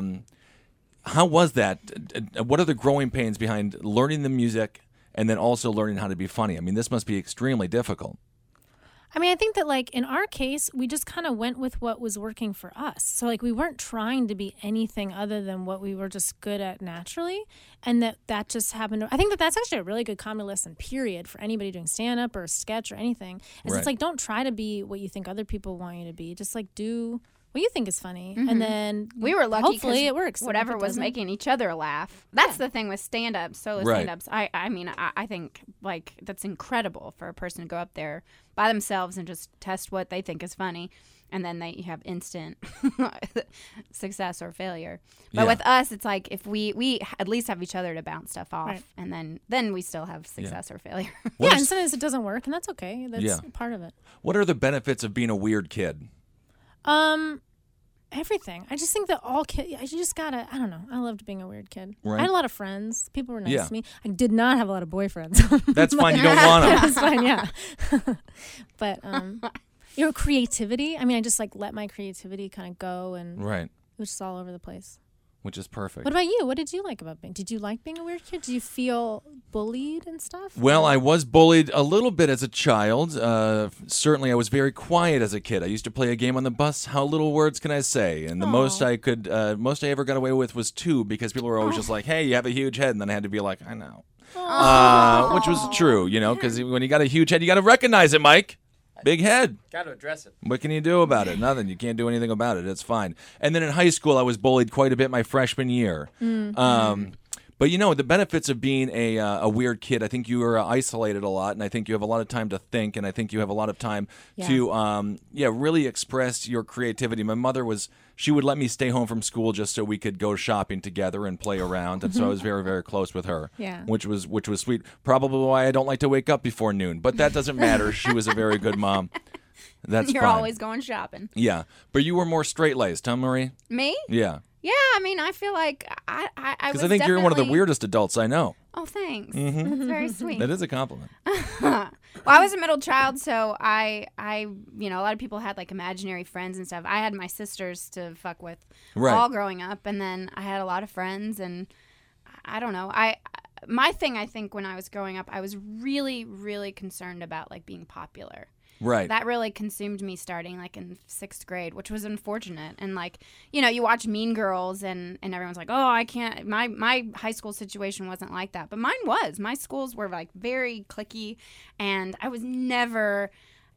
S2: how was that? Uh, uh, What are the growing pains behind learning the music and then also learning how to be funny? I mean, this must be extremely difficult.
S3: I mean, I think that like in our case, we just kind of went with what was working for us. So like we weren't trying to be anything other than what we were just good at naturally, and that that just happened. I think that that's actually a really good comedy lesson, period, for anybody doing stand up or sketch or anything. Is
S2: Right.
S3: It's like don't try to be what you think other people want you to be. Just like do what you think is funny, and then
S4: Mm-hmm. we were lucky. 'cause
S3: Hopefully, it works. And if
S4: Whatever
S3: it
S4: was
S3: doesn't-
S4: making each other laugh. That's the thing with stand ups, solo
S2: Right.
S4: stand ups. I, I mean, I, I think like that's incredible for a person to go up there by themselves and just test what they think is funny. And then they have instant success or failure. But
S2: Yeah.
S4: with us, it's like if we we at least have each other to bounce stuff off,
S3: Right.
S4: and then then we still have success or failure.
S2: What,
S3: yeah,
S2: is-
S3: and sometimes it doesn't work, and that's okay. That's
S2: Yeah.
S3: part of it.
S2: what are the benefits of being a weird kid?
S3: Um, everything. I just think that all kids, I just gotta, I don't know. I loved being a weird kid.
S2: Right.
S3: I had a lot of friends. People were nice
S2: Yeah.
S3: to me. I did not have a lot of boyfriends.
S2: That's fine. You don't want them.
S3: That's fine, yeah. but, um, you know, creativity. I mean, I just like let my creativity kind of go and it
S2: Right.
S3: was just all over the place.
S2: Which is perfect.
S3: What about you? What did you like about being? Did you like being a weird kid? Did you feel bullied and stuff?
S2: Well, I was bullied a little bit as a child. Uh, certainly, I was very quiet as a kid. I used to play a game on the bus. How little words can I say? And the most I could, uh, most I ever got away with was two because people were always just like, "Hey, you have a huge head," and then I had to be like, "I know," uh, which was true, you know, because when you got a huge head, you got to recognize it, Mike. Big head.
S5: Got to address it.
S2: What can you do about it? Nothing. You can't do anything about it. It's fine. And then in high school, I was bullied quite a bit my freshman year.
S4: Mm-hmm.
S2: Um, but you know the benefits of being a uh, a weird kid. I think you are uh, isolated a lot, and I think you have a lot of time to think, and I think you have a lot of time to um, yeah really express your creativity. My mother was she would let me stay home from school just so we could go shopping together and play around, and so I was
S4: Mm-hmm.
S2: very very close with her.
S3: Yeah.
S2: which was which was sweet. Probably why I don't like to wake up before noon, but that doesn't matter. she was a very good mom. That's
S4: You're
S2: fine.
S4: always going shopping.
S2: Yeah, but you were more straight laced, huh, Marie?
S4: Me?
S2: Yeah,
S4: Yeah, I mean, I feel like I I, I was
S2: because I think you're one of the
S4: definitely-
S2: weirdest adults I know.
S4: Oh, thanks. That's
S3: Mm-hmm.
S4: very sweet.
S2: That is a compliment.
S4: Well, I was a middle child, so I, I, you know, a lot of people had like imaginary friends and stuff. I had my sisters to fuck with
S2: Right.
S4: all growing up, and then I had a lot of friends, and I I don't know. I, my thing, I think, when I was growing up, I was really, really concerned about like being popular.
S2: Right.
S4: That really consumed me starting like in sixth grade, which was unfortunate. And like, you know, you watch Mean Girls and, and everyone's like, oh, I can't. My my high school situation wasn't like that, but mine was. My schools were like very clicky, and I was never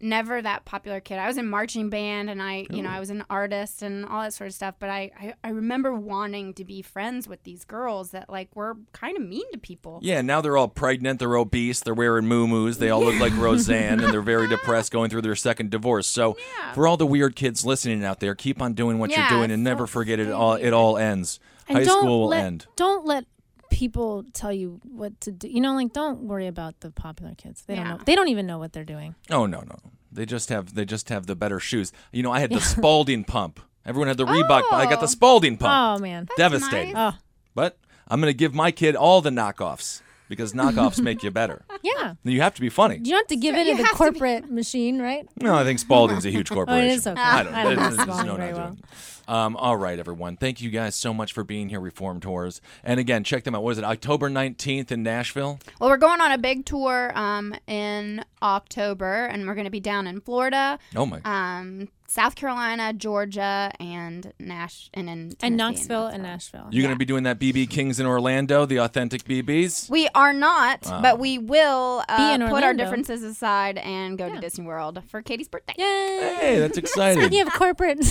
S4: never that popular kid. I was in marching band and I, you know, I was an artist and all that sort of stuff. But I, I, I remember wanting to be friends with these girls that like were kind of mean to people.
S2: yeah, now they're all pregnant, they're obese, they're wearing moo-moos, they all look like Roseanne, and they're very depressed going through their second divorce. So, for all the weird kids listening out there, keep on doing what
S4: Yeah,
S2: you're doing and
S4: it's
S2: never
S4: so
S2: forget it all it all ends.
S3: and
S2: High
S3: don't
S2: school will
S3: let,
S2: end.
S3: Don't let people tell you what to do. You know, like don't worry about the popular kids. They
S4: Yeah.
S3: don't know. They don't even know what they're doing.
S2: Oh no, no. They just have they just have the better shoes. You know, I had the Spalding pump. Everyone had the Reebok, but I got
S4: Oh.
S2: the Spalding pump.
S3: Oh man.
S2: Devastating.
S3: Oh
S2: But I'm going to give my kid all the knockoffs because knockoffs make you better.
S3: yeah.
S2: You have to be funny.
S3: You don't have to give in to
S4: you
S3: the
S4: have to be-
S3: corporate machine, right?
S2: No, I think Spalding's a huge corporation.
S3: Oh, is okay.
S2: I don't,
S3: I don't know
S2: there's- there's
S3: Spalding
S2: no
S3: very
S2: not
S3: well.
S2: doing it. Um, all right, everyone. Thank you guys so much for being here, Reform Tours. And again, check them out. What is it, October 19th in Nashville?
S4: Well, we're going on a big
S3: Uh,
S4: tour um, in October, and we're going to be down in Florida.
S2: Oh, my.
S4: Um,
S6: South Carolina, Georgia, and Nash, and in Tennessee
S3: and Knoxville and Nashville.
S2: You're going to be doing that BB Kings in Orlando, the authentic BBs.
S6: We are not, but we will uh,
S3: in
S6: put our
S3: Orlando.
S6: differences aside and go to Disney World for Katie's birthday.
S3: Yay!
S2: Hey, that's exciting.
S3: Speaking of corporate,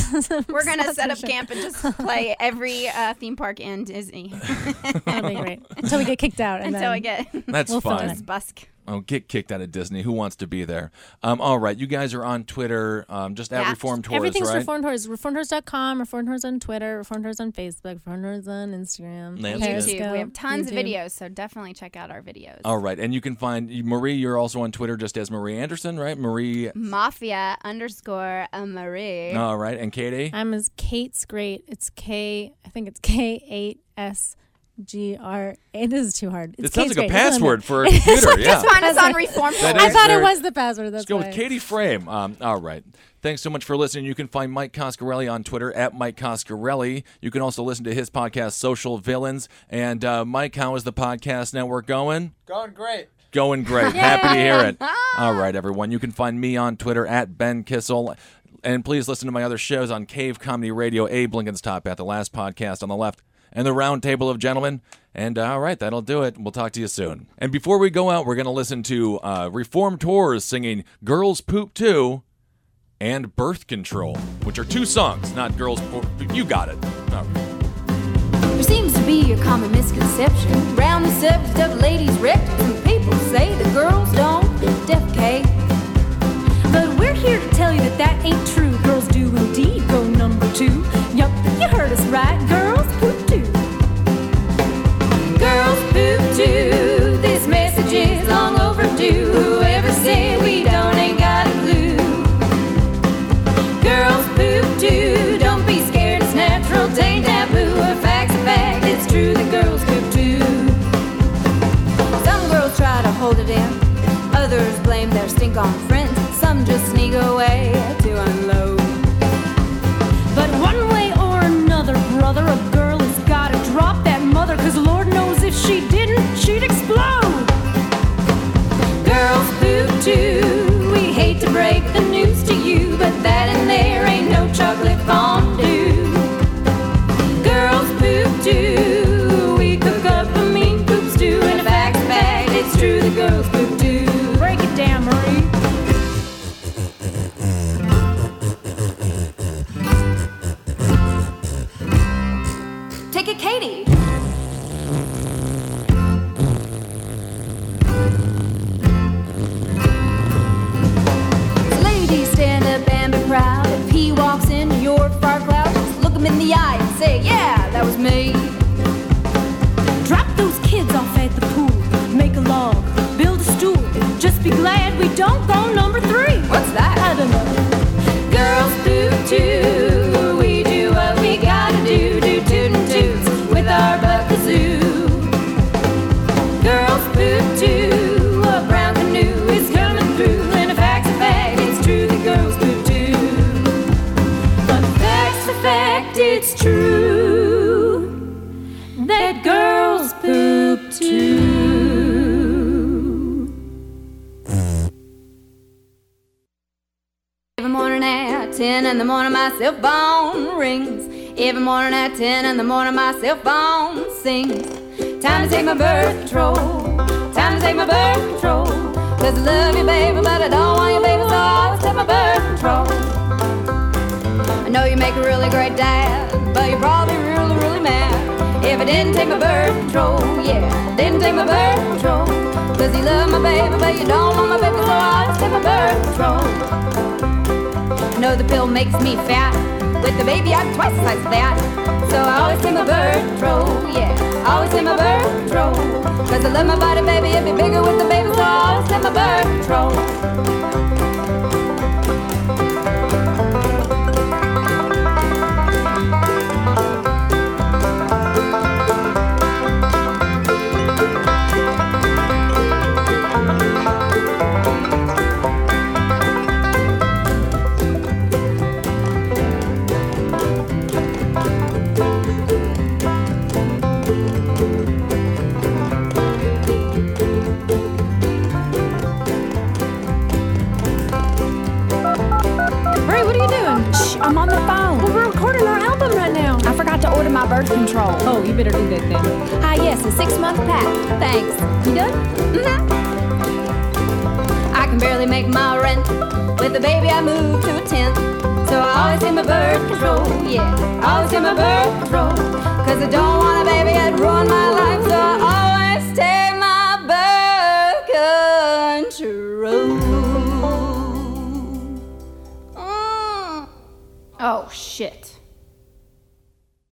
S6: We're gonna set up camp and just play every uh, theme park in Disney
S3: That'll be great until we get kicked out. And
S6: until we
S3: then-
S6: get
S2: That's
S3: We'll film
S2: fine.
S3: it.
S6: busk.
S2: Oh, get kicked out of Disney. Who wants to be there? Um, all right, you guys are on Twitter, um, just at
S6: Yeah,
S2: Reform Tours,
S3: Everything's
S2: right?
S3: Reformed Tours. ReformedTours.com, Reformed Tours on Twitter, Reformed Tours on Facebook, Reformed Tours on Instagram,
S2: That's good.
S3: Periscope,
S6: YouTube. We have tons of
S3: YouTube.
S6: videos, so definitely check out our videos.
S2: all right, and you can find Marie. You're also on Twitter, just as Marie Anderson, right? Marie.
S6: Mafia underscore a Marie.
S2: All right, and Katie.
S3: I'm as Kate's Great. It's K, I think it's K eight S G R. A. This is too hard. It's
S2: it sounds
S3: Kate's
S2: like a
S3: Great. It's
S2: password
S3: on
S2: for a computer. yeah.
S6: Just find us on Reform
S2: That
S3: there. I
S2: is
S3: thought
S2: very-
S3: it was the password. That's
S2: Let's go
S3: why.
S2: with Katie Frame. Um, all right. Thanks so much for listening. You can find Mike Coscarelli on Twitter at Mike Coscarelli. You can also listen to his podcast, Social Villains. And uh, Mike, how is the podcast network going?
S7: Going great.
S2: Going great. Happy to hear it. All right, everyone. You can find me on Twitter at Ben Kissel. And please listen to my other shows on Cave Comedy Radio, Abe Lincoln's Top Hat, the last podcast on the left, and the Round Table of Gentlemen. And uh, all right, that'll do it. We'll talk to you soon. And before we go out, we're going to listen to uh, Reform Tours singing Girls Poop Too and Birth Control, which are two songs, not Girls Poop. You got it. All right.
S4: There seems to be a common misconception around the subject of ladies' rectums, and people say the girls don't defecate. But we're here to tell you that that ain't true. Girls do indeed go number two. Yup, you heard us right. Girls poop too. Girls poop too. This message is long overdue. Whoever said we don't ain't got a clue. Girls poop too. Don't be scared, it's natural. It Ain't taboo. A fact's a fact. It's true that girls poop too. Some girls try to hold it in. Others blame their stink on friends. Some just sneak away to unload. But one way or another, brother, a girl has gotta drop that mother. Cause Lord knows if she didn't, she'd explode. Girls poop too. We hate to break the news to you, but that and there ain't no chocolate fondue. Girls poop too. We cook up a mean poop stew in a back bag. It's true, the girls poop too. Break it down, Marie. Take it, Katie. Ladies stand up and be proud. If he walks into your far cloud, just look him in the eye and say, Yeah, that was me. Drop those kids off at the pool. Make a log, build a stool. Just be glad we don't go number three. What's that? I don't know. Girls do too. We do what we gotta do. Do toot and toots with our buckazoo. Girls poop too. A brown canoe is coming through, and a fact's a fact. It's true that girls poop too. But fact's a fact, it's true that girls poop too. Every morning at 10 in the morning, my cell phone rings. Every morning at 10 in the morning, my cell phone sings. Time to take my birth control. Time to take my birth control. Cause I love you, baby, but I don't want you, baby, so I always take my birth control. I know you make a really great dad, but you're probably really, really mad. If I didn't take my birth control, yeah, I didn't take my birth control. Cause you love my baby, but you don't want my baby, so I always take my birth control. No, the pill makes me fat. With the baby, I'm twice the size of that. So I always take my birth control, yeah. I always take my birth control. Cause I love my body, baby, it'd be bigger with the baby, so I always take my birth control.
S8: Well, we're recording our album right now.
S4: I forgot to order my birth control.
S8: Oh, you better do that then.
S4: Ah, yes, a six month pack. Thanks. You done? Mm-hmm. I can barely make my rent. With the baby, I moved to a tent. So I always in my birth control, yeah. Always in my birth control. Cause I don't want a baby that ruin my life. Mm. Oh,